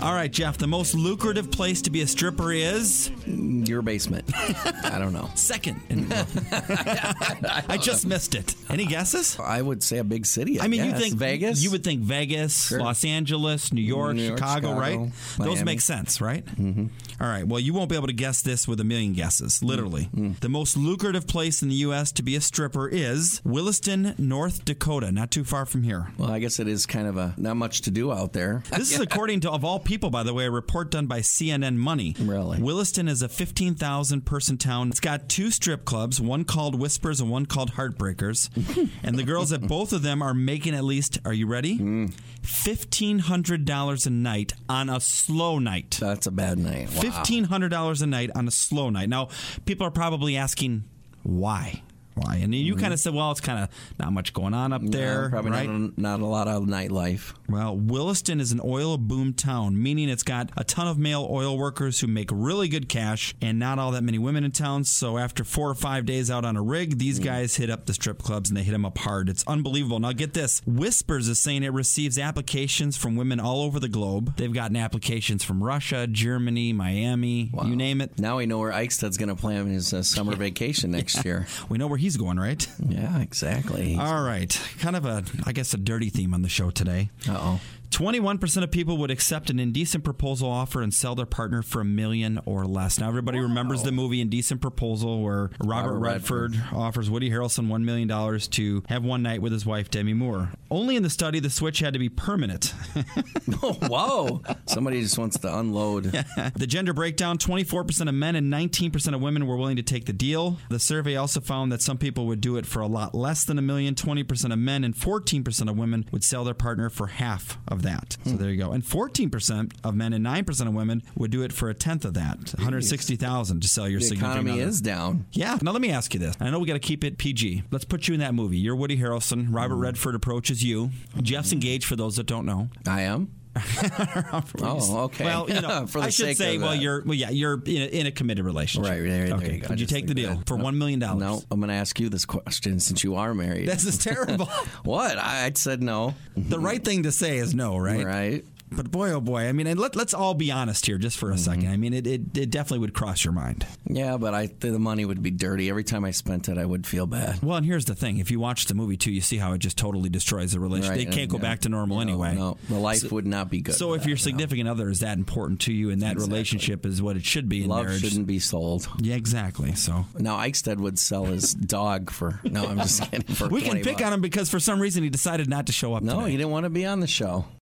All right, Jeff, the most lucrative place to be a stripper is Your basement. I don't know. second. in- I just missed it. Any guesses? I would say a big city. I, I mean, you guess. think Vegas? You would think Vegas, Los Angeles, New York, New York, Chicago, Chicago, right? Those Miami. make sense, right? Mm-hmm. right. Well, you won't be able to guess this with a million Mm-hmm. guesses. Literally, the most lucrative place in the U.S. to be a stripper is Williston, North Dakota, not too far from here. Well, I guess it is kind of a not much to do out there. This is according to, of all people, by the way, a report done by CNN Money. Really? Williston is a 15,000 person town. It's got two strip clubs, one called Whispers and one called Heartbreakers. and the girls at both of them are making at least, are you ready? Hmm. $1,500 a night on a slow night. That's a bad night. Wow. $1,500 a night on a slow night. Now, people are probably asking, why? Why? And you kind of said, well, it's kind of not much going on up there. Uh, Mm-hmm. probably right? not, a, not a lot of nightlife. Well, Williston is an oil boom town, meaning it's got a ton of male oil workers who make really good cash and not all that many women in town. So after four or five days out on a rig, these guys hit up the strip clubs and they hit them up hard. It's unbelievable. Now, get this Whispers is saying it receives applications from women all over the globe. They've gotten applications from Russia, Germany, Miami, you name it. Now we know where Eichstad's going to plan his uh, summer vacation next year. We know where he's going, right? Yeah, exactly. Uh All right. Kind of a, I guess, a dirty theme on the show today. oh. 21% of people would accept an indecent proposal offer and sell their partner for a million or less. Now, everybody remembers the movie Indecent Proposal where Robert, Robert Redford, Redford. offers Woody Harrelson $1 million to have one night with his wife, Demi Moore. Only in the study, the switch had to be permanent. Oh, Whoa. Somebody just wants to unload. the gender breakdown 24% of men and 19% of women were willing to take the deal. The survey also found that some people would do it for a lot less than a million. 20% of men and 14% of women would sell their partner for half of that. Hmm. So there you go. And 14% of men and 9% of women would do it for a tenth of that, 160,000 to sell your The significant economy other. is down. Yeah. Now let me ask you this. I know we got to keep it PG. Let's put you in that movie. You're Woody Harrelson. Robert Hmm. Redford approaches you. Jeff's engaged. For those that don't know, I am. oh, okay. Well, you know, For the I should sake say, of well, that. you're, well, yeah, you're in a, in a committed relationship. Right, right, right, there okay. you go. Would you Just take the like deal that. for No. one million dollars? No, I'm going to ask you this question since you are married. this is terrible. what? I, I said no. the right thing to say is no, right? Right. But boy, oh boy, I mean, and let, let's all be honest here, just for a second. Mm-hmm. I mean, it, it, it definitely would cross your mind. Yeah, but I the money would be dirty. Every time I spent it, I would feel bad. Well, and here's the thing: if you watch the movie too, you see how it just totally destroys the relationship. Right, they can't go yeah. back to normal anyway. No, the life would not be good. So if your significant other is that important to you, and that relationship is what it should be in love marriage, shouldn't be sold. yeah, exactly. So Now Eichstead would sell his dog for. No, I'm just kidding. For we can 20 pick bucks. on him because for some reason he decided not to show up. No, today. he didn't want to be on the show.